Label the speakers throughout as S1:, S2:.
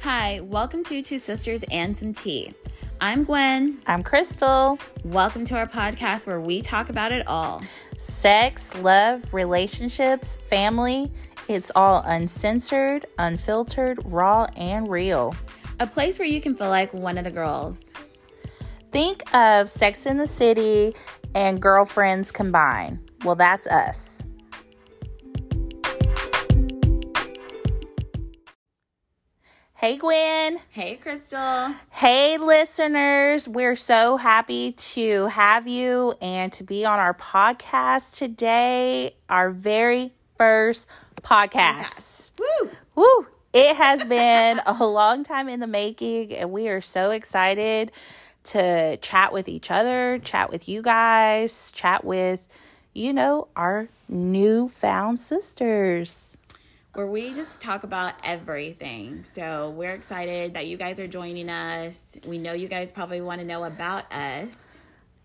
S1: Hi, welcome to Two Sisters and Some Tea. I'm Gwen.
S2: I'm Crystal.
S1: Welcome to our podcast where we talk about it all.
S2: Sex, love, relationships, family, it's all uncensored, unfiltered, raw, and real.
S1: A place where you can feel like one of the girls.
S2: Think of Sex in the City and Girlfriends combined. Well, that's us. Hey, Gwen.
S1: Hey, Crystal.
S2: Hey, listeners, we're so happy to have you and to be on our podcast today, our very first podcast.
S1: Woo!
S2: Woo! It has been a long time in the making, and we are so excited to chat with each other, chat with you guys, chat with, you know, our newfound sisters.
S1: Where we just talk about everything. So we're excited that you guys are joining us. We know you guys probably want to know about us.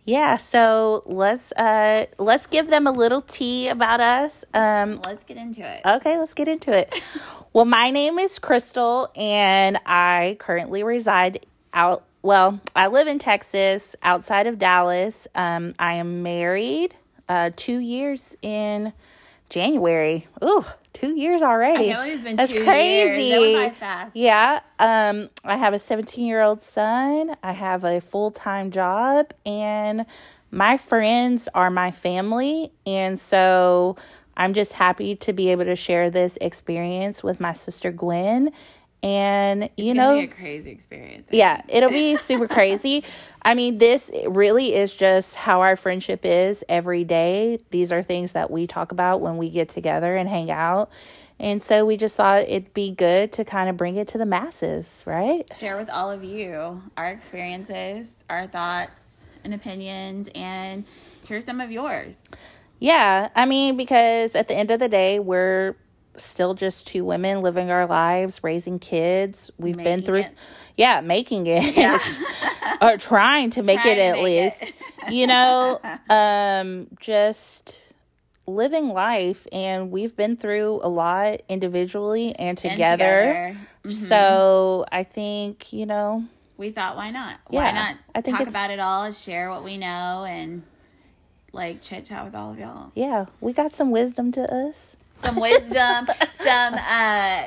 S2: Yeah, so let's uh let's give them a little tea about us. Um
S1: Let's get into it.
S2: okay, let's get into it. well, my name is Crystal and I currently reside out well, I live in Texas outside of Dallas. Um I am married uh 2 years in January. Ooh, 2 years already.
S1: I know it's been
S2: That's
S1: two
S2: crazy.
S1: years. That went by fast.
S2: Yeah. Um, I have a 17 year old son. I have a full time job, and my friends are my family. And so I'm just happy to be able to share this experience with my sister Gwen. And, you
S1: It's
S2: know,
S1: gonna be a crazy experience.
S2: yeah, it'll be super crazy. I mean, this really is just how our friendship is every day. These are things that we talk about when we get together and hang out. And so we just thought it'd be good to kind of bring it to the masses, right?
S1: share with all of you our experiences, our thoughts and opinions, and here's some of yours.
S2: Yeah. I mean, because at the end of the day, we're still just two women living our lives, raising kids. We've been
S1: Making
S2: through,
S1: it.
S2: yeah, making it. or trying to make
S1: Trying
S2: it
S1: to
S2: at
S1: make it.
S2: least. you know, um, just living life and we've been through a lot individually and
S1: And
S2: together.
S1: together, Mm-hmm.
S2: So I think, you know,
S1: we thought, why not? why
S2: Yeah,
S1: not
S2: I think
S1: talk
S2: it's-
S1: about it all, share what we know, and like chit chat with all of y'all.
S2: yeah, we got some wisdom to us.
S1: Some wisdom, some uh,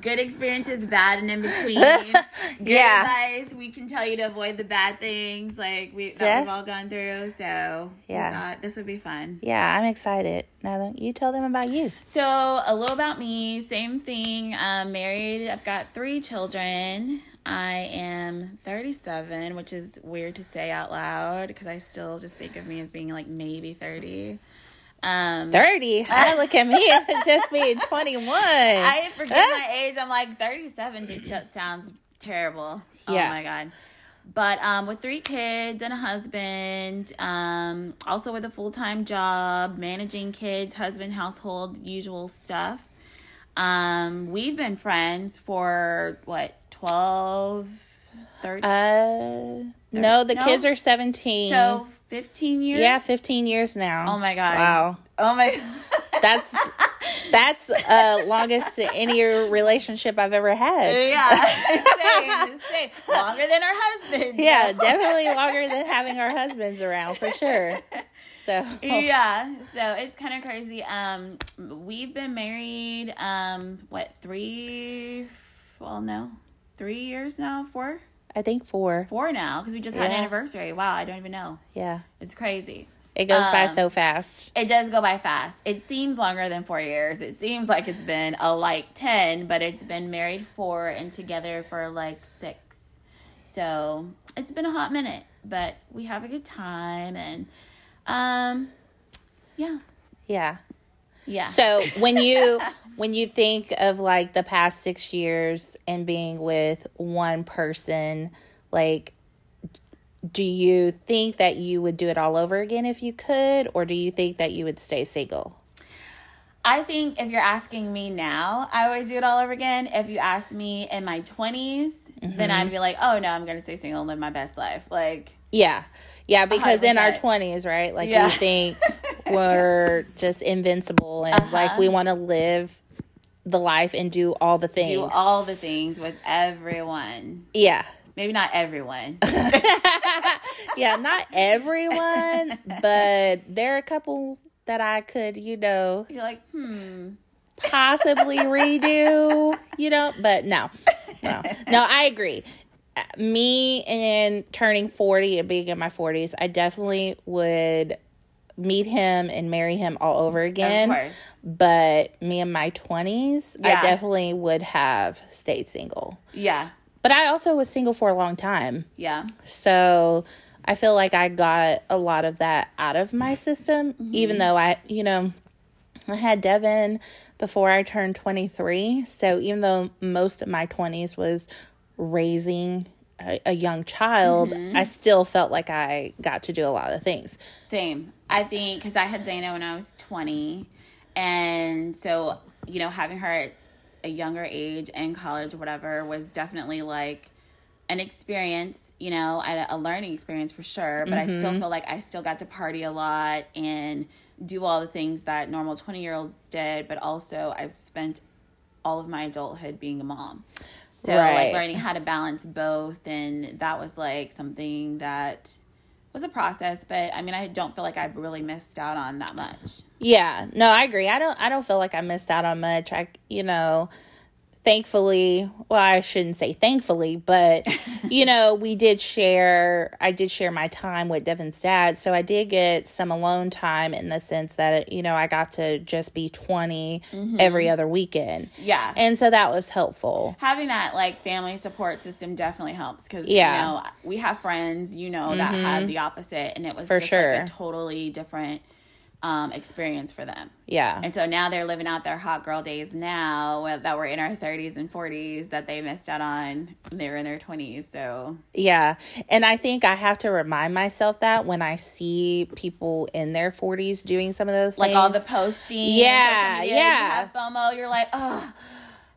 S1: good experiences, bad and in between. Good
S2: Yeah.
S1: advice. We can tell you to avoid the bad things, like we that
S2: Yes.
S1: we've all gone through. So
S2: Yeah.
S1: we thought this would be fun.
S2: Yeah, I'm excited. Now that you tell them about you.
S1: So, a little about me. Same thing. I'm married. I've got three children. I am 37, which is weird to say out loud because I still just think of me as being like maybe 30. Um,
S2: 30. I look at me as just being 21.
S1: I forget my age. I'm like 37 just t- sounds terrible. Oh
S2: Yeah.
S1: my god. But um, with three kids and a husband, um, also with a full time job, managing kids, husband, household, usual stuff. Um, we've been friends for what 12, 13,
S2: uh, no, the
S1: No?
S2: kids are 17.
S1: so 15 years.
S2: yeah, 15 years now.
S1: Oh my god.
S2: Wow.
S1: Oh my.
S2: That's that's uh longest any relationship I've ever had.
S1: Uh, yeah. same, same. Longer than our husband.
S2: Yeah, definitely longer than having our husbands around for sure. So
S1: yeah so it's kind of crazy um we've been married um what three well no three years now four
S2: I think four.
S1: four now because we just had an
S2: Yeah.
S1: anniversary wow i don't even know
S2: Yeah.
S1: it's crazy
S2: It goes by
S1: Um,
S2: so fast.
S1: it does go by fast it seems longer than four years it seems like it's been a like 10 but it's been married four and together for like six so it's been a hot minute but we have a good time and um yeah
S2: Yeah.
S1: yeah
S2: So when you when you think of like the past six years and being with one person, like do you think that you would do it all over again if you could, or do you think that you would stay single?
S1: I think if you're asking me now, I would do it all over again. If you asked me in my 20s, then I'd be like, oh no, I'm going to stay single and live my best life. Like,
S2: Yeah. Yeah, because in our
S1: 100%.
S2: 20s, right? Like
S1: Yeah.
S2: we
S1: Uh-huh.
S2: think we're just invincible and like we want to live the life and do all the things.
S1: Do all the things with everyone.
S2: Yeah.
S1: Maybe not everyone.
S2: yeah, not everyone, but there are a couple that I could, you know,
S1: You're like, hmm.
S2: possibly redo, you know, but no. No. No, I agree. Uh, Me and turning 40 and being in my 40s, I definitely would meet him and marry him all over again.
S1: course.
S2: But me in my 20s, I
S1: Yeah.
S2: definitely would have stayed single.
S1: Yeah.
S2: But I also was single for a long time.
S1: Yeah.
S2: So I feel like I got a lot of that out of my system, even though I, you know, I had Devin before I turned 23. So even though most of my 20s was raising a, a young child, I still felt like I got to do a lot of things.
S1: Same. I think because I had Dana when I was 20. And so, you know, having her at a younger age in college, whatever, was definitely like an experience, you know, a, a learning experience for sure. But I still feel like I still got to party a lot and do all the things that normal 20 year olds did. But also, I've spent all of my adulthood being a mom. So,
S2: Right.
S1: like, learning how to balance both. And that was like something that was a process, but I mean, I don't feel like I really missed out on that much.
S2: Yeah, no, I agree. I don't I don't feel like I missed out on much. I you know, thankfully, well, I shouldn't say thankfully, but you know, we did share I did share my time with Devin's dad, so I did get some alone time in the sense that you know, I got to just be 20
S1: Mm-hmm.
S2: every other weekend.
S1: Yeah.
S2: And so that was helpful.
S1: Having that like family support system definitely helps because
S2: Yeah. Mm-hmm.
S1: you know we have friends you know that had the opposite and it was
S2: For
S1: just
S2: sure.
S1: like a totally different um, experience for them.
S2: Yeah.
S1: And so now they're living out their hot girl days now uh, that were in our 30s and 40s that they missed out on when they were in their 20s. So
S2: Yeah. And I think I have to remind myself that when I see people in their 40s doing some of those
S1: like all the
S2: things.
S1: posting, on
S2: Yeah,
S1: social media,
S2: yeah.
S1: You have FOMO. You're like, oh,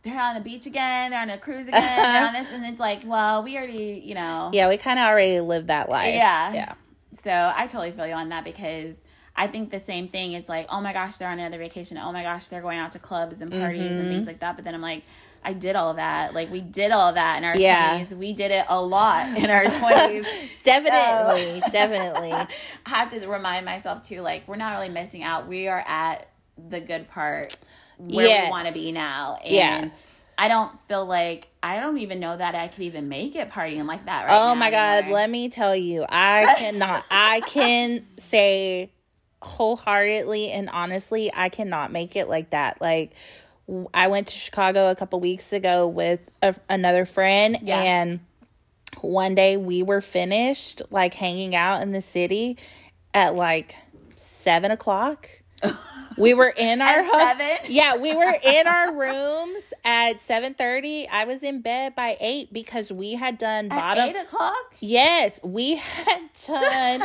S1: they're on the beach again. They're on a cruise again. they're on this, and it's like, well, we already, you know,
S2: Yeah, we kind of already lived that life.
S1: Yeah.
S2: Yeah.
S1: So I totally feel you on that because I think the same thing. It's like, oh my gosh, they're on another vacation. Oh my gosh, they're going out to clubs and parties and
S2: Mm-hmm.
S1: things like that. But then I'm like, I did all that. Like we did all that in our
S2: Yeah.
S1: twenties. We did it a lot in our twenties.
S2: Definitely. Definitely.
S1: I have to remind myself too, like we're not really missing out. We are at the good part where
S2: Yes.
S1: we want to be now. And
S2: Yeah.
S1: I don't feel like I don't even know that I could even make it partying like that right now.
S2: Oh my God.
S1: anymore.
S2: Let me tell you, I cannot, I can say wholeheartedly and honestly, I cannot make it like that. Like, w- I went to Chicago a couple weeks ago with a, another friend,
S1: Yeah.
S2: and one day we were finished, like hanging out in the city at like seven o'clock. We were in our
S1: At
S2: ho-
S1: seven?
S2: Yeah, we were in our rooms at 7:30. I was in bed by 8 because we had done
S1: at
S2: bottom
S1: eight o'clock.
S2: Yes, we had done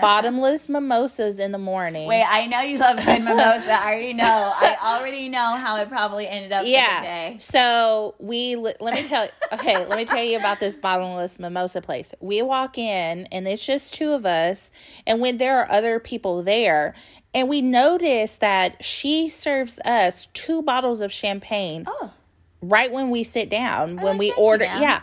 S2: bottomless mimosas in the morning.
S1: Wait, I know you love good mimosa. I already know. I already know how it probably ended up for the
S2: yeah.
S1: day.
S2: So we li- let me tell okay, let me tell you about this bottomless mimosa place. We walk in and it's just two of us, and when there are other people there, and we notice that she serves us two bottles of champagne
S1: Oh,
S2: right when we sit down when
S1: like,
S2: we
S1: thank you,
S2: order.
S1: ma'am.
S2: Yeah,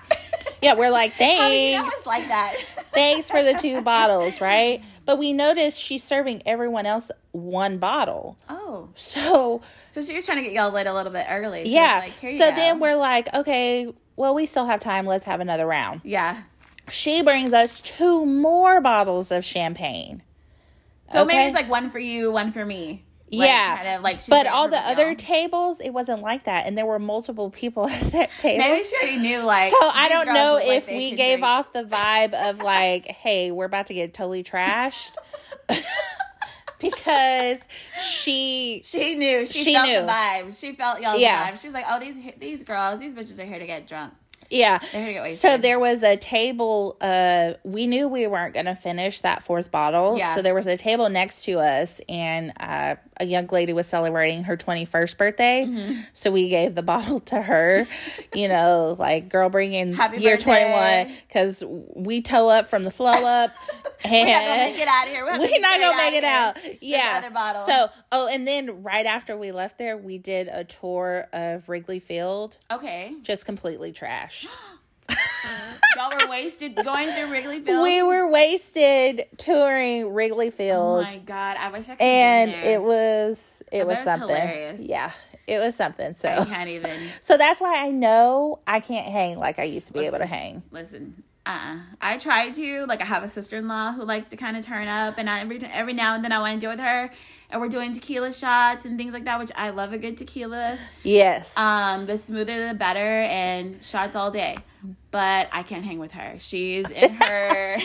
S2: yeah, we're like thanks.
S1: how did you know it's like that?
S2: thanks for the two bottles, right? But we noticed she's serving everyone else one bottle.
S1: Oh,
S2: So,
S1: so she was trying to get y'all lit a little bit early. She was
S2: yeah.
S1: like, Here you
S2: so
S1: go.
S2: then we're like, okay, well, we still have time. Let's have another round.
S1: yeah.
S2: She brings us two more bottles of champagne.
S1: So maybe
S2: Okay.
S1: it's like one for you, one for me. Like,
S2: yeah.
S1: kind of like. she
S2: but
S1: did
S2: all
S1: for
S2: the
S1: y'all.
S2: other tables, it wasn't like that. And there were multiple people at that table.
S1: maybe she already knew like.
S2: So I
S1: these
S2: don't
S1: girls
S2: know
S1: look like
S2: if
S1: they
S2: we
S1: could
S2: gave
S1: drink.
S2: off the vibe of like, hey, we're about to get totally trashed because she
S1: She knew. She,
S2: She
S1: felt
S2: knew.
S1: the vibes. She felt y'all's
S2: Yeah.
S1: vibes. She was like, "Oh, these these girls, these bitches are here to get drunk."
S2: yeah.
S1: They're gonna get wasted.
S2: So there was a table. Uh, we knew we weren't going to finish that fourth bottle.
S1: Yeah.
S2: So there was a table next to us, and uh, a young lady was celebrating her 21st birthday.
S1: Mm-hmm.
S2: So we gave the bottle to her, you know, like, girl, bring in
S1: Happy
S2: year
S1: birthday.
S2: 21 because we toe up from the flow up.
S1: We're not gonna make it out of here. We'll have to
S2: We're not
S1: figure
S2: gonna make it out.
S1: here. There's
S2: Yeah.
S1: another bottle.
S2: So, oh, and then right after we left there, we did a tour of Wrigley Field,
S1: okay,
S2: just completely trash.
S1: y'all were wasted going through Wrigley Field.
S2: we were wasted touring Wrigley
S1: oh
S2: Field,
S1: my god, I wish I could.
S2: and
S1: have been there.
S2: it was it was
S1: that's
S2: something.
S1: hilarious.
S2: Yeah, it was something. So,
S1: I can't even
S2: so that's why I know I can't hang like I used to be able to hang.
S1: listen. Uh, I try to like I have a sister in law who likes to kind of turn up, and I, every t- every now and then I want to do with her, and we're doing tequila shots and things like that, which I love a good tequila.
S2: Yes.
S1: Um, the smoother the better, and shots all day. But I can't hang with her. She's in her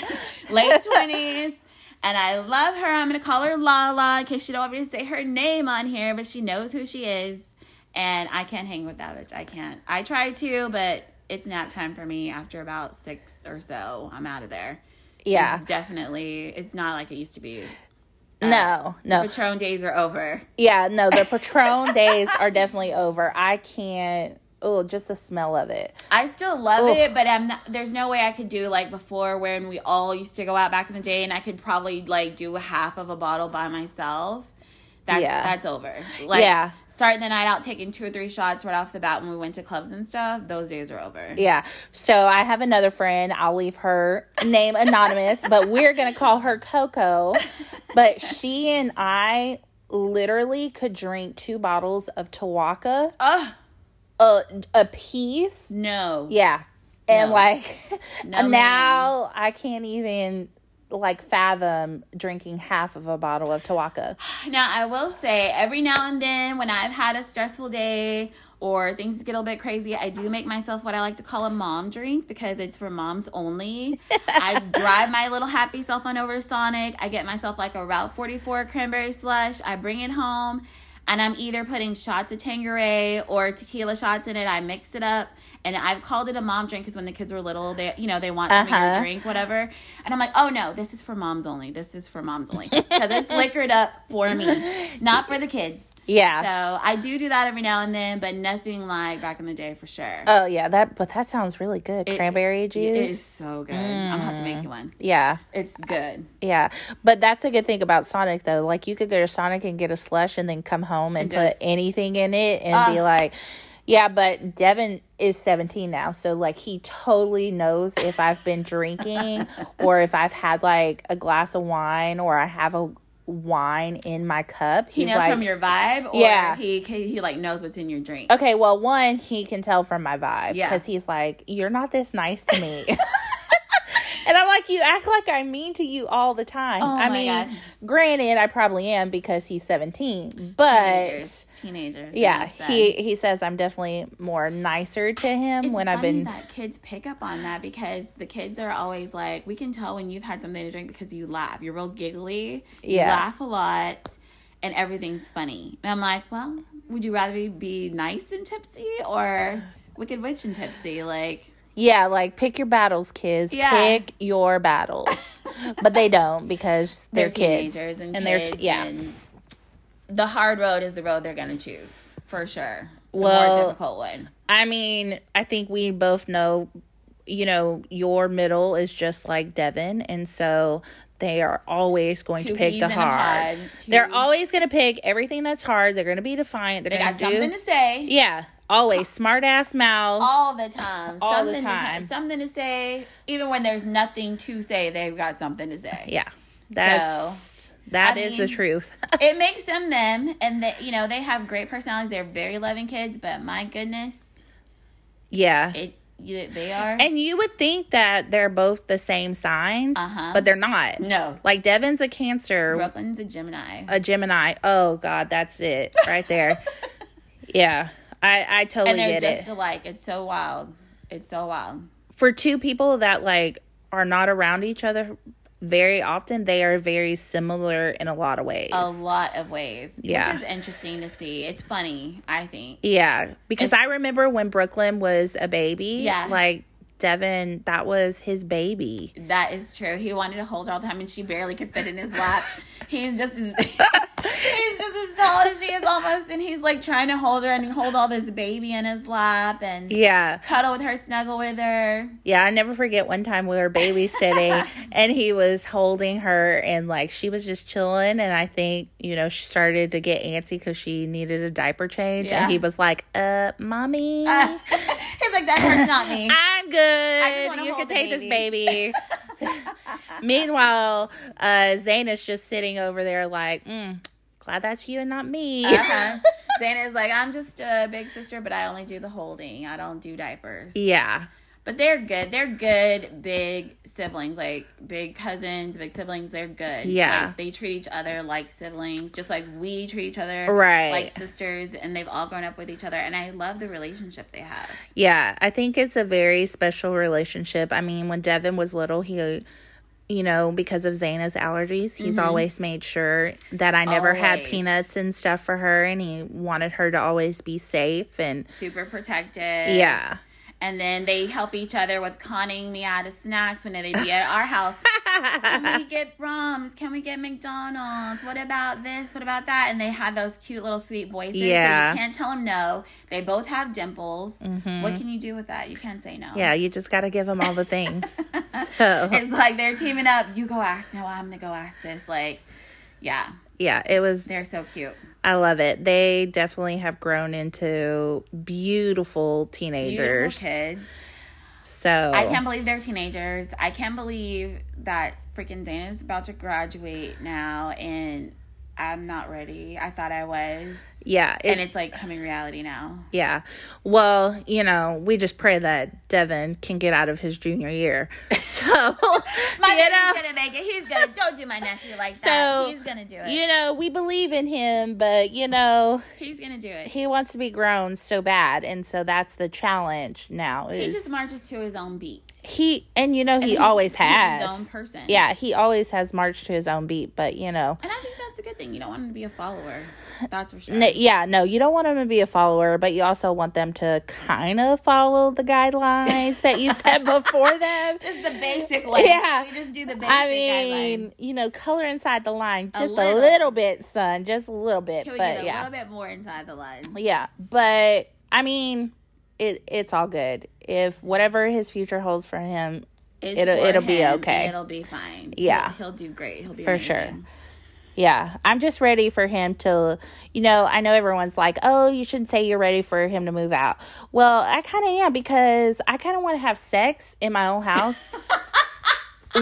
S1: late twenties, and I love her. I'm gonna call her Lala in case she don't want me to say her name on here, but she knows who she is, and I can't hang with that bitch. I can't. I try to, but it's nap time for me after about six or so. I'm out of there. She's
S2: Yeah.
S1: definitely. It's not like it used to be. uh,
S2: no, no.
S1: Patron days are over.
S2: Yeah, no, the Patron days are definitely over. I can't. Oh, just the smell of it.
S1: I still love it, but I'm not, there's no way I could do like before when we all used to go out back in the day, and I could probably like do half of a bottle by myself. That
S2: Yeah.
S1: that's over. Like
S2: Yeah.
S1: starting the night out, taking two or three shots right off the bat when we went to clubs and stuff. Those days are over.
S2: Yeah. So I have another friend. I'll leave her name anonymous, but we're going to call her Coco. But she and I literally could drink two bottles of Tawaka
S1: Ugh,
S2: a, a piece.
S1: no.
S2: Yeah. And
S1: No.
S2: like
S1: No,
S2: now I can't even like fathom drinking half of a bottle of Tawaka.
S1: Now I will say every now and then when I've had a stressful day or things get a little bit crazy, I do make myself what I like to call a mom drink because it's for moms only. I drive my little happy self on over to Sonic. I get myself like a Route 44 cranberry slush. I bring it home and I'm either putting shots of Tangeray or tequila shots in it. I mix it up and I've called it a mom drink because when the kids were little, they you know they want something
S2: Uh-huh.
S1: to drink, whatever. And I'm like, oh no, this is for moms only. This is for moms only because it's liquored up for me, not for the kids.
S2: Yeah.
S1: So I do do that every now and then, but nothing like back in the day for sure.
S2: Oh yeah, that but that sounds really good. Cranberry
S1: It
S2: juice. Mm.
S1: is so good. I'm gonna have to make you one.
S2: Yeah.
S1: It's good.
S2: Yeah. But that's a good thing about Sonic though. Like you could go to Sonic and get a slush and then come home and
S1: It
S2: put
S1: does.
S2: anything in it and
S1: Ah.
S2: be like yeah, but Devin is 17 now, so like he totally knows if I've been drinking or if I've had like a glass of wine or I have a wine in my cup.
S1: He
S2: He's
S1: knows
S2: like,
S1: from your vibe, or
S2: Yeah.
S1: he he like knows what's in your drink.
S2: Okay, well, one, he can tell from my vibe
S1: Yeah.
S2: because he's like, "You're not this nice to me," and I'm like, "You act like I'm mean to you all the time." I
S1: Oh my
S2: mean,
S1: God.
S2: granted, I probably am because he's 17, but
S1: Mm-hmm. Teenagers, teenagers. that
S2: yeah,
S1: makes sense.
S2: he he says I'm definitely more nicer to him
S1: It's
S2: when
S1: funny
S2: I've been.
S1: that kids pick up on that because the kids are always like, we can tell when you've had something to drink because you laugh. You're real giggly. You
S2: Yeah.
S1: laugh a lot, and everything's funny. And I'm like, well, would you rather be- be nice and tipsy or wicked witch and tipsy? Like,
S2: Yeah, like pick your battles, kids.
S1: Yeah.
S2: Pick your battles, but they don't because they're,
S1: they're,
S2: kids
S1: teenagers and,
S2: they're
S1: kids.
S2: yeah.
S1: and the hard road is the road they're gonna choose for sure. The more
S2: Well-
S1: difficult one.
S2: I mean, I think we both know, you know, your middle is just like Devin, and so they are always going
S1: Two
S2: to pick
S1: peas
S2: the
S1: in a
S2: hard.
S1: pod, two-
S2: They're always going to pick everything that's hard. They're going to be defiant.
S1: They
S2: They're going
S1: got
S2: to
S1: something
S2: do,
S1: to say.
S2: yeah, always smart ass mouth.
S1: all the time.
S2: All the
S1: something To,
S2: time.
S1: t- something to say. Even when there's nothing to say, they've got something to say.
S2: yeah, that's that
S1: I
S2: is
S1: mean-
S2: the truth.
S1: It makes them them, and they, you know they have great personalities. They're very loving kids, but my goodness,
S2: yeah.
S1: it you, they are.
S2: and you would think that they're both the same signs,
S1: Uh-huh.
S2: but they're not.
S1: no,
S2: Like Devin's a Cancer,
S1: Brooklyn's a Gemini.
S2: a Gemini. Oh God, that's it right there. yeah, I I totally
S1: and they're
S2: get
S1: just
S2: it.
S1: alike. It's so wild. It's so wild.
S2: For two people that like are not around each other very often they are very similar in a lot of ways.
S1: a lot of ways.
S2: Yeah.
S1: Which is interesting to see. It's funny, I think.
S2: Yeah, because I remember when Brooklyn was a baby.
S1: Yeah.
S2: like Devin, that was his baby.
S1: That is true. He wanted to hold her all the time and she barely could fit in his lap. he's just as he's just as tall as she is almost and he's like trying to hold her and hold all this baby in his lap and
S2: Yeah,
S1: cuddle with her, snuggle with her.
S2: yeah. I never forget one time we were babysitting and he was holding her and like she was just chilling and I think you know she started to get antsy because she needed a diaper change
S1: Yeah.
S2: and he was like, "Uh, mommy."
S1: he's like, That part's not me.
S2: I'm good.
S1: just wanna
S2: you can
S1: hold the
S2: take this baby. Meanwhile, uh, Zaina's just sitting over there like, mm, glad that's you and not me.
S1: Uh-huh. Xana's like, I'm just a big sister, but I only do the holding. I don't do diapers.
S2: yeah.
S1: But they're good. They're good big siblings, like big cousins, big siblings. They're good.
S2: Yeah.
S1: Like, they treat each other like siblings, just like we treat each other
S2: Right.
S1: like sisters, and they've all grown up with each other. And I love the relationship they have.
S2: Yeah. I think it's a very special relationship. I mean, when Devin was little, he. You know, because of Zaina's allergies, he's always made sure that I never
S1: Mm-hmm.
S2: had
S1: Always.
S2: peanuts and stuff for her, and he wanted her to always be safe. And
S1: Super protective.
S2: yeah,
S1: And then they help each other with conning me out of snacks when they be at our house. Can we get Brahms? Can we get McDonald's? What about this? What about that? And they have those cute little sweet voices.
S2: Yeah. Mm-hmm.
S1: So you can't tell them no. They both have dimples. What can you do with that? You can't say no.
S2: yeah, you just got to give him all the things. so.
S1: It's like they're teaming up. You go ask. No, I'm going to go ask this. Like, yeah,
S2: Yeah, it was.
S1: they're so cute.
S2: I love it. They definitely have grown into beautiful
S1: Beautiful
S2: teenagers.
S1: kids.
S2: So
S1: I can't believe they're teenagers. I can't believe that freaking Dana's about to graduate now and I'm not ready. I thought I was.
S2: yeah, it-
S1: And it's like coming reality now.
S2: yeah. Well, you know, we just pray that Devin can get out of his junior year. So
S1: My
S2: you know,
S1: baby's gonna make it. He's gonna don't do my nephew like that.
S2: So,
S1: He's gonna do it.
S2: you know, we believe in him, but you know,
S1: He's gonna do it.
S2: he wants to be grown so bad, and so that's the challenge now. Is
S1: He
S2: he,
S1: just marches to his own beat.
S2: and you know he
S1: He's-
S2: always
S1: he's
S2: has.
S1: his own person.
S2: yeah, he always has marched to his own beat, but you know,
S1: And I think that's a good thing. You don't want him to be a follower. That's for sure.
S2: N- eh, yeah, no, you don't want them to be a follower, but you also want them to kind of follow the guidelines that you set before them.
S1: Just the basic one.
S2: Yeah.
S1: We just do the basic
S2: I mean,
S1: guidelines.
S2: you know, color inside the line just a little,
S1: little.
S2: bit, son, just a little bit,
S1: Can we
S2: but
S1: get a
S2: yeah,
S1: little bit more inside the line?
S2: yeah, but I mean, it it's all good if whatever his future holds for him.
S1: It's
S2: It'll-
S1: for
S2: it'll be
S1: him,
S2: okay.
S1: and It'll be fine.
S2: Yeah.
S1: he'll, he'll do great. He'll be
S2: For
S1: amazing.
S2: sure. Yeah, I'm just ready for him to, you know, I know everyone's like, oh, you shouldn't say you're ready for him to move out. Well, I kind of am because I kind of want to have sex in my own house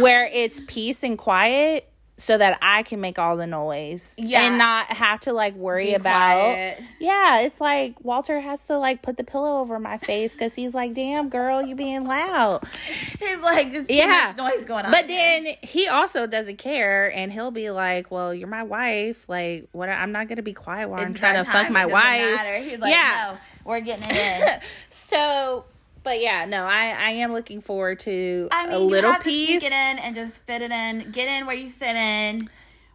S2: where it's peace and quiet so that I can make all the noise
S1: Yeah.
S2: and not have to like worry
S1: Be
S2: about.
S1: quiet.
S2: Yeah, it's like Walter has to like put the pillow over my face because he's like, damn, girl, you being loud.
S1: He's like, there's too
S2: Yeah.
S1: much noise going on.
S2: But
S1: here.
S2: then he also doesn't care, and he'll be like, "Well, you're my wife. Like, what? I'm not gonna be quiet while I'm
S1: It's
S2: trying
S1: that
S2: to fuck
S1: time.
S2: my
S1: It doesn't
S2: wife."
S1: matter. He's like,
S2: Yeah.
S1: no, we're getting it in.
S2: So, but yeah, no, I I am looking forward to
S1: I mean,
S2: a
S1: you
S2: little
S1: have
S2: piece.
S1: to sneak it in and just fit it in. Get in where you fit in,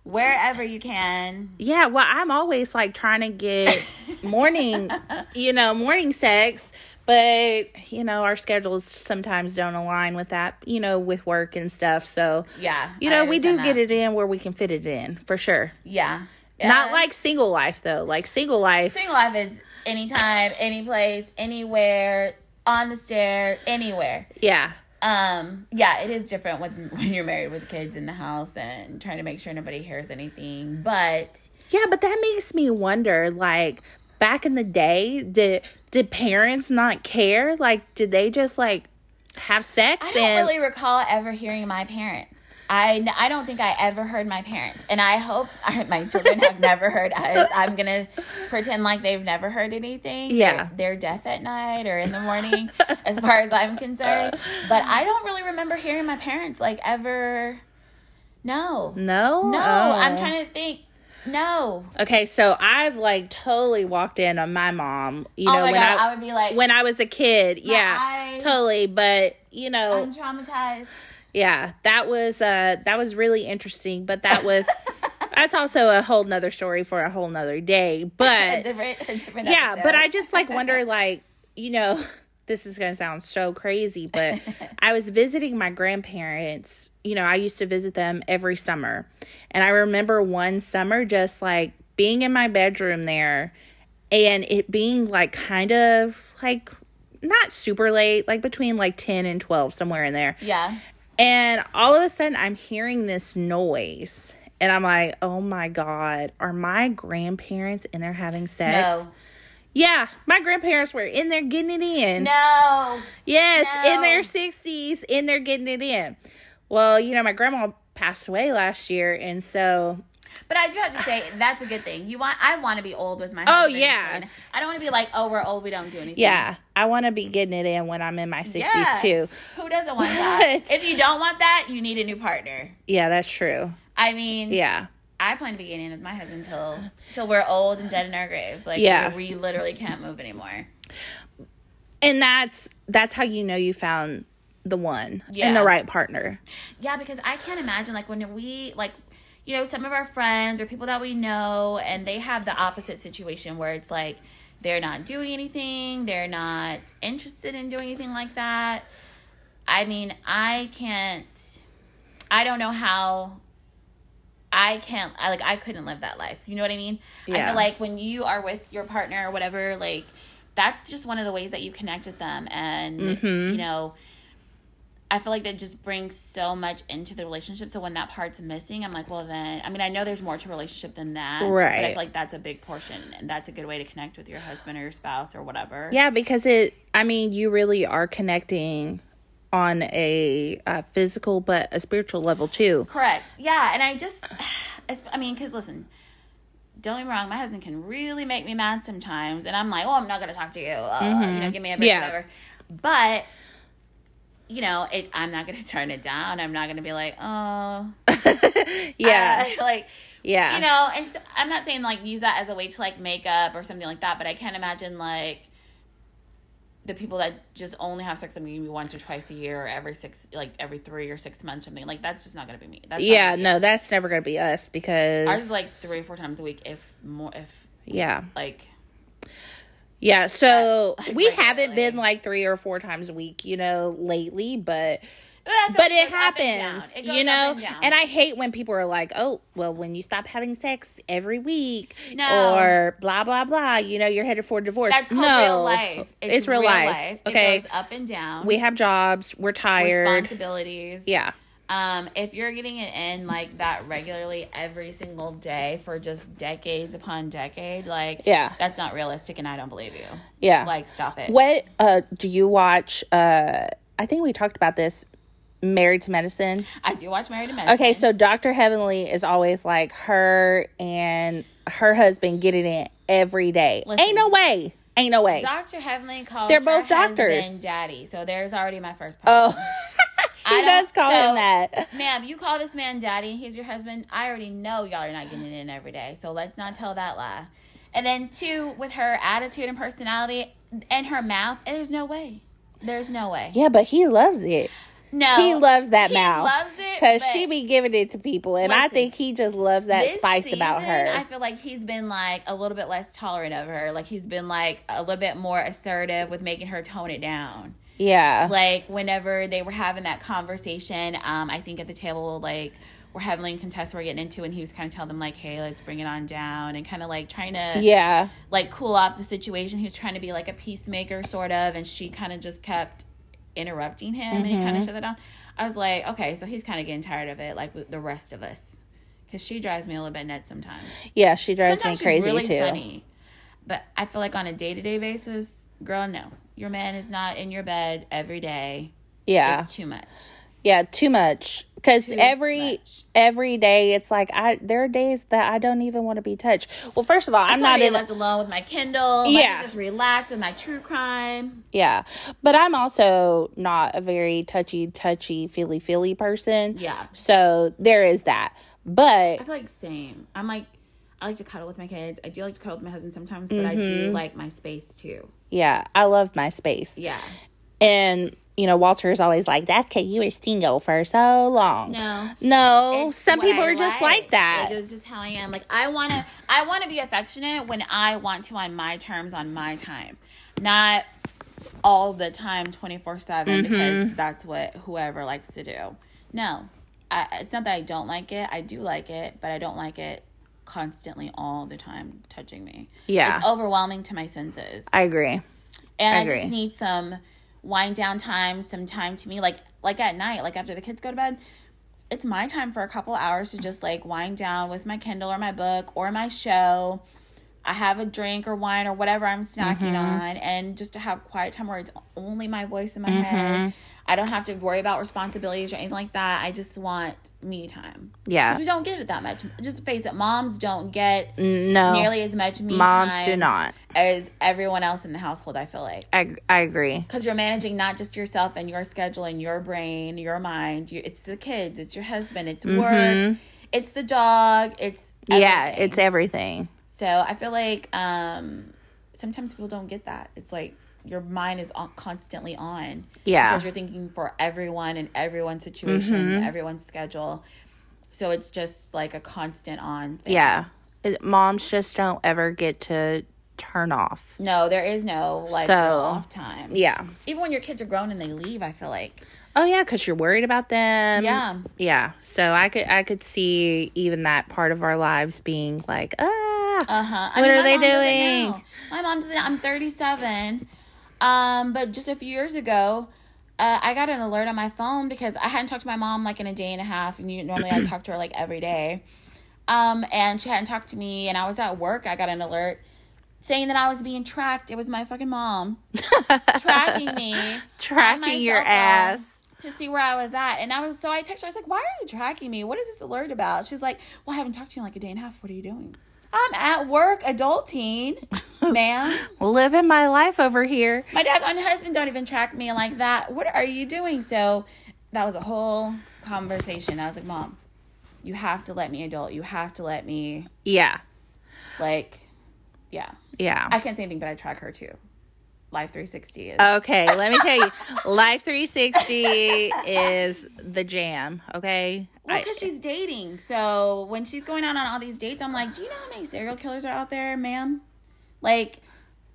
S1: wherever you can.
S2: Yeah, well, I'm always like trying to get morning, you know, morning sex, but you know, our schedules sometimes don't align with that, you know, with work and stuff. So,
S1: Yeah,
S2: you
S1: I
S2: know, we do
S1: understand that.
S2: get it in where we can fit it in for sure.
S1: Yeah,
S2: Not
S1: Yeah.
S2: like single life though. Like single life,
S1: single life is anytime, any place, anywhere, on the stair, anywhere.
S2: yeah,
S1: Um, yeah, it is different with when you're married with kids in the house and trying to make sure nobody hears anything. But
S2: yeah. But that makes me wonder. Like back in the day, did did parents not care? Like, did they just like have sex
S1: I don't
S2: and
S1: really recall ever hearing my parents. I, I don't think I ever heard my parents, and I hope my children have never heard us. I'm gonna pretend like they've never heard anything.
S2: Yeah.
S1: they're, they're deaf at night or in the morning, as far as I'm concerned. But I don't really remember hearing my parents like ever. No, no,
S2: no?
S1: I'm
S2: Oh.
S1: trying to think. No,
S2: Okay, so I've like totally walked in on my mom. You know,
S1: oh my
S2: when
S1: god, I,
S2: I,
S1: would be like,
S2: when I was a kid, yeah,
S1: eyes.
S2: totally. But you know,
S1: I'm traumatized.
S2: yeah that was uh that was really interesting but that was that's also a whole nother story for a whole nother day
S1: a
S2: but
S1: different, a different
S2: yeah
S1: episode.
S2: but i just like wonder like you know this is gonna sound so crazy but i was visiting my grandparents you know i used to visit them every summer and i remember one summer just like being in my bedroom there and it being like kind of like not super late like between like 10 and 12 somewhere in there
S1: yeah.
S2: and all of a sudden, I'm hearing this noise. And I'm like, oh my God, are my grandparents in there having sex?
S1: No.
S2: Yeah, my grandparents were in there getting it in.
S1: No.
S2: yes,
S1: no.
S2: in their 60s, in there getting it in. Well, you know, my grandma passed away last year. And so,
S1: But I do have to say that's a good thing. You want I want to be old with my
S2: Oh,
S1: husband,
S2: yeah.
S1: and I don't want to be like, oh, we're old, we don't do anything.
S2: yeah, I want to be getting it in when I'm in my 60s
S1: Yeah.
S2: too.
S1: Who doesn't want that?
S2: What?
S1: If you don't want that, you need a new partner.
S2: Yeah, that's true.
S1: I mean,
S2: Yeah.
S1: I plan to be getting in with my husband till till we're old and dead in our graves. Like,
S2: Yeah.
S1: we literally can't move anymore.
S2: And that's that's how you know you found the one and
S1: Yeah.
S2: the right partner.
S1: Yeah, because I can't imagine like when we like you know, some of our friends or people that we know and they have the opposite situation where it's like they're not doing anything, they're not interested in doing anything like that. I mean, I can't I don't know how I can't I like I couldn't live that life. You know what I mean? I
S2: Yeah.
S1: feel like when you are with your partner or whatever, like that's just one of the ways that you connect with them and you know I feel like that just brings so much into the relationship. So when that part's missing, I'm like, well, then I mean, I know there's more to a relationship than that, But I
S2: Right.
S1: feel like that's a big portion, and that's a good way to connect with your husband or your spouse or whatever.
S2: Yeah, because it, I mean, you really are connecting on a uh, physical but a spiritual level too.
S1: Correct. Yeah, and I just, it's- I mean, because listen, don't get me wrong, my husband can really make me mad sometimes, and I'm like, well, I'm not gonna talk to you. Uh, You know, give me a break,
S2: Mm-hmm. Yeah.
S1: whatever. But you know, it, I'm not gonna turn it down. I'm not gonna be like, oh,
S2: Yeah.
S1: uh, like.
S2: yeah.
S1: you know and so, i'm not saying like use that as a way to like make up or something like that but i can't imagine like the people that just only have sex maybe once or twice a year or every six like every three or six months something like that's just not gonna be me that's not
S2: yeah,
S1: gonna be
S2: no,
S1: us.
S2: that's never going to be us because.
S1: ours is like three or four times a week if more if
S2: Yeah.
S1: like
S2: Yeah. So we
S1: regularly.
S2: haven't been like three or four times a week, you know, lately, but.
S1: I feel like
S2: But it
S1: goes up and down.
S2: happens,
S1: It goes
S2: you
S1: up
S2: know?
S1: and, down.
S2: And I hate when people are like, oh, well, when you stop having sex every week
S1: No.
S2: or blah, blah, blah, you know, you're headed for divorce.
S1: that's called
S2: no.
S1: real life
S2: It's, real, life. Okay.
S1: it goes up and down
S2: we have jobs we're tired
S1: responsibilities
S2: yeah
S1: Um, if you're getting it in like that regularly every single day for just decades upon decade, like
S2: Yeah.
S1: that's not realistic, and I don't believe you.
S2: yeah
S1: Like, stop it.
S2: what uh do you watch uh i think we talked about this married to medicine
S1: I do watch Married to Medicine.
S2: okay so dr heavenly is always like her and her husband get it in every day
S1: Listen.
S2: ain't no way ain't no way
S1: Doctor Heavenly calls.
S2: They're both
S1: her husband
S2: doctors.
S1: daddy. So there's already my first problem.
S2: Oh, she
S1: I
S2: does
S1: don't-
S2: call
S1: so-
S2: him that
S1: ma'am, you call this man daddy, and he's your husband. I already know y'all are not getting it in every day, so let's not tell that lie. And then two, with her attitude and personality and her mouth, there's no way. There's no way.
S2: yeah but he loves it
S1: No,
S2: he loves that
S1: he
S2: mouth
S1: loves it,
S2: because
S1: but-
S2: she be giving it to people and i
S1: Listen.
S2: think he just loves that
S1: This
S2: spice about
S1: season,
S2: her
S1: I feel like he's been like a little bit less tolerant of her. Like he's been like a little bit more assertive with making her tone it down.
S2: yeah
S1: Like whenever they were having that conversation, um, I think at the table like where Heavenly and Contessa were getting into, and he was kind of telling them like, "Hey, let's bring it on down," and kind of like trying to
S2: yeah
S1: like cool off the situation. He was trying to be like a peacemaker sort of, and she kind of just kept interrupting him, and he kind
S2: Mm-hmm.
S1: of shut that down. I was like, okay, so he's kind of getting tired of it, like with the rest of us, because she drives me a little bit nuts sometimes.
S2: Yeah, she drives
S1: Sometimes
S2: me crazy
S1: she's really
S2: too.
S1: funny, but I feel like on a day to day basis, girl, no, your man is not in your bed every day.
S2: Yeah,
S1: It's too much.
S2: yeah, too much. Because every
S1: much.
S2: every day, it's like I there are days that I don't even want to be touched. Well, first of all, I'm
S1: I'm not
S2: not
S1: be
S2: in.
S1: left alone with my Kindle. Yeah,
S2: Yeah.
S1: just relax with my true crime.
S2: yeah, but I'm also not a very touchy, touchy, feely, feely person.
S1: Yeah.
S2: So there is that. But
S1: I feel like same. I'm like I like to cuddle with my kids. I do like to cuddle with my husband
S2: Mm-hmm.
S1: sometimes, but I do like my space too.
S2: yeah, I love my space.
S1: Yeah.
S2: And you know, Walter's always like, that's because you were single for so long.
S1: No.
S2: No,
S1: It's
S2: Oh, some
S1: what
S2: people
S1: I
S2: are just like that.
S1: Like, it's just how I am. Like I wanna I wanna be affectionate when I want to on my terms on my time. Not all the time twenty four seven
S2: Mm-hmm.
S1: because that's what whoever likes to do. No. I, it's not that I don't like it. I do like it, but I don't like it constantly all the time touching me.
S2: Yeah.
S1: It's overwhelming to my senses.
S2: I agree.
S1: and
S2: I
S1: I, just
S2: agree.
S1: need some wind down time, some time to me, like like at night, like after the kids go to bed. It's my time for a couple hours to just like wind down with my Kindle or my book or my show. I have a drink or wine or whatever I'm snacking
S2: Mm-hmm.
S1: on, and just to have quiet time where it's only my voice in my
S2: Mm-hmm.
S1: head. I don't have to worry about responsibilities or anything like that. I just want me time. 'Cause
S2: Yeah.
S1: we don't get it that much. Just face it, moms don't get
S2: No.
S1: nearly as much me
S2: Moms
S1: time
S2: do not.
S1: as everyone else in the household. I feel like
S2: I, I agree.
S1: because you're managing not just yourself and your schedule and your brain, your mind. You, it's the kids, it's your husband, it's work, it's the dog, it's
S2: Mm-hmm. Yeah,
S1: everything.
S2: it's everything.
S1: so I feel like um, sometimes people don't get that. It's like your mind is on, constantly on,
S2: Yeah. Mm-hmm.
S1: because you're thinking for everyone and everyone's situation, everyone's schedule. So it's just like a constant on thing.
S2: Yeah. It, moms just don't ever get to turn off.
S1: No, there is no like
S2: So-
S1: real off time.
S2: Yeah.
S1: Even when your kids are grown and they leave, I feel like
S2: Oh yeah, cuz you're worried about them.
S1: Yeah.
S2: Yeah. So I could I could see even that part of our lives being like, "Ah,
S1: Uh huh.
S2: What are they doing?
S1: My mom doesn't. I'm 37. Um, but just a few years ago, uh, I got an alert on my phone because I hadn't talked to my mom like in a day and a half, and you, normally I talk to her like every day. Um, and she hadn't talked to me, and I was at work. I got an alert saying that I was being tracked. It was my fucking mom tracking me, on my
S2: Tracking your
S1: cell phone
S2: ass.
S1: to see where I was at. And I was so I texted her. I was like, "Why are you tracking me? What is this alert about?" She's like, "Well, I haven't talked to you in like a day and a half. What are you doing?" I'm at work, adulting, ma'am.
S2: living my life over here."
S1: My dad and husband don't even track me like that. What are you doing? So that was a whole conversation. I was like, "Mom, you have to let me adult. You have to let me
S2: Yeah.
S1: like, yeah."
S2: Yeah.
S1: I can't say anything, but I track her too. Live 360 is.
S2: Okay, let me tell you, Life 360 is the jam. Okay,
S1: Well,
S2: I-
S1: because she's dating. So when she's going out on all these dates, I'm like, do you know how many serial killers are out there, ma'am? Like,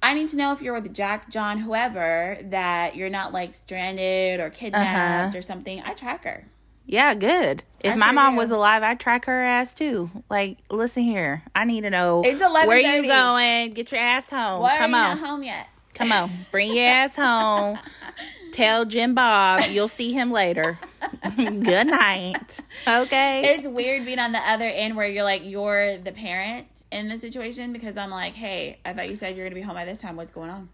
S1: I need to know if you're with Jack, John, whoever, that you're not like stranded or kidnapped
S2: Uh-huh.
S1: or something. I track her.
S2: yeah, good. If
S1: I
S2: my
S1: sure
S2: mom
S1: do.
S2: was alive, I'd track her ass too. Like, listen here, I need to know
S1: It's
S2: where you
S1: 11:30.
S2: going. Get your ass home.
S1: Why
S2: Come
S1: are you
S2: on,
S1: not home yet?
S2: come on, bring your ass home. Tell Jim Bob you'll see him later. good night. Okay.
S1: It's weird being on the other end where you're like, you're the parent in the situation because I'm like, hey, I thought you said you're going to be home by this time. What's going on?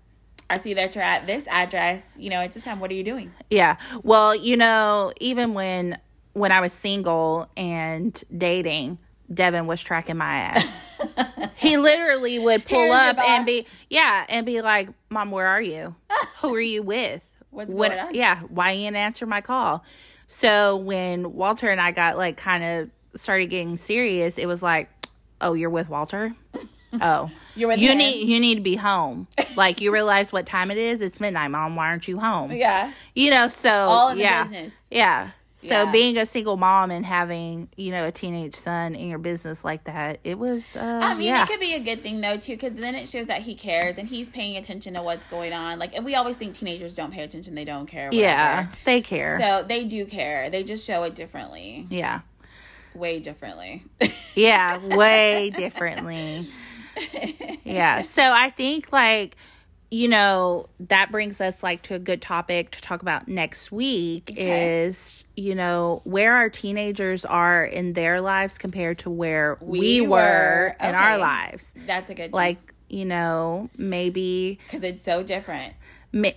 S1: I see that you're at this address. You know, it's this time. What are you doing?
S2: Yeah. Well, you know, even when when I was single and dating, Devin was tracking my ass. he literally would pull
S1: Here's your
S2: up
S1: box.
S2: and be yeah, and be like, "Mom, where are you? Who are you with?
S1: What's
S2: When-
S1: going on?
S2: Yeah, why you didn't answer my call?" So when Walter and I got like kind of started getting serious, it was like, "Oh, you're with Walter? Oh."
S1: You're with
S2: You
S1: him.
S2: need you need to be home. Like you realize what time it is. It's midnight, mom. Why aren't you home?
S1: Yeah.
S2: you know so
S1: All in the
S2: yeah
S1: business.
S2: yeah so
S1: Yeah.
S2: being a single mom and having you know a teenage son in your business like that it was uh,
S1: I mean,
S2: yeah
S1: it could be a good thing though too, because then it shows that he cares and he's paying attention to what's going on. Like and we always think teenagers don't pay attention; they don't care. whatever.
S2: yeah they care
S1: So they do care. They just show it differently,
S2: yeah
S1: way differently.
S2: yeah way differently yeah so i think like you know that brings us like to a good topic to talk about next week
S1: Okay.
S2: is you know where our teenagers are in their lives compared to where
S1: We
S2: we, were,
S1: were.
S2: in our
S1: Okay.
S2: lives
S1: That's a good thing.
S2: like you know maybe
S1: because it's so different.
S2: ma-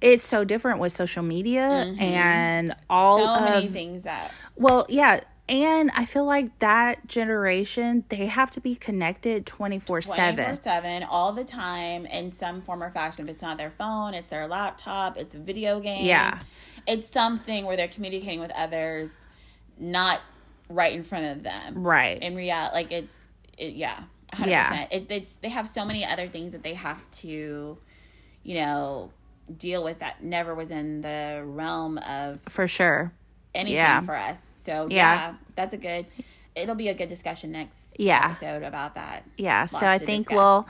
S2: it's so different with social media and all
S1: Mm-hmm. So
S2: of
S1: many things that
S2: well yeah and i feel like that generation they have to be connected 24/7
S1: 24 seven all the time in some form or fashion. If it's not their phone, it's their laptop, it's a video game.
S2: Yeah.
S1: it's something where they're communicating with others, not right in front of them.
S2: right
S1: in reality, like it's it, yeah, hundred
S2: Yeah.
S1: percent. It, it's they have so many other things that they have to, you know, deal with that never was in the realm of
S2: for sure.
S1: anything
S2: Yeah.
S1: for us. So yeah.
S2: Yeah.
S1: that's a good. It'll be a good discussion next
S2: Yeah.
S1: episode about that.
S2: Yeah. so
S1: Lots
S2: I
S1: to
S2: think
S1: discuss.
S2: we'll,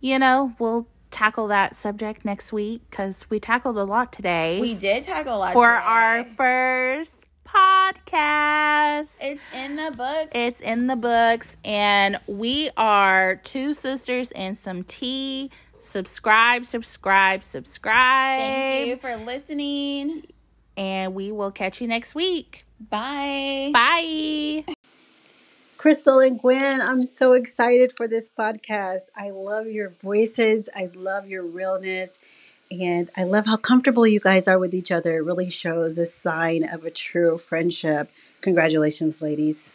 S2: you know, we'll tackle that subject next week because we tackled a lot today
S1: We did tackle a lot
S2: for
S1: today.
S2: our first podcast.
S1: It's in the book.
S2: It's in the books, and we are two sisters and some tea. Subscribe, subscribe, subscribe.
S1: Thank you for listening.
S2: And we will catch you next week.
S1: Bye.
S2: Bye.
S3: Crystal and Gwen, I'm so excited for this podcast. I love your voices. I love your realness. And I love how comfortable you guys are with each other. It really shows a sign of a true friendship. Congratulations, ladies.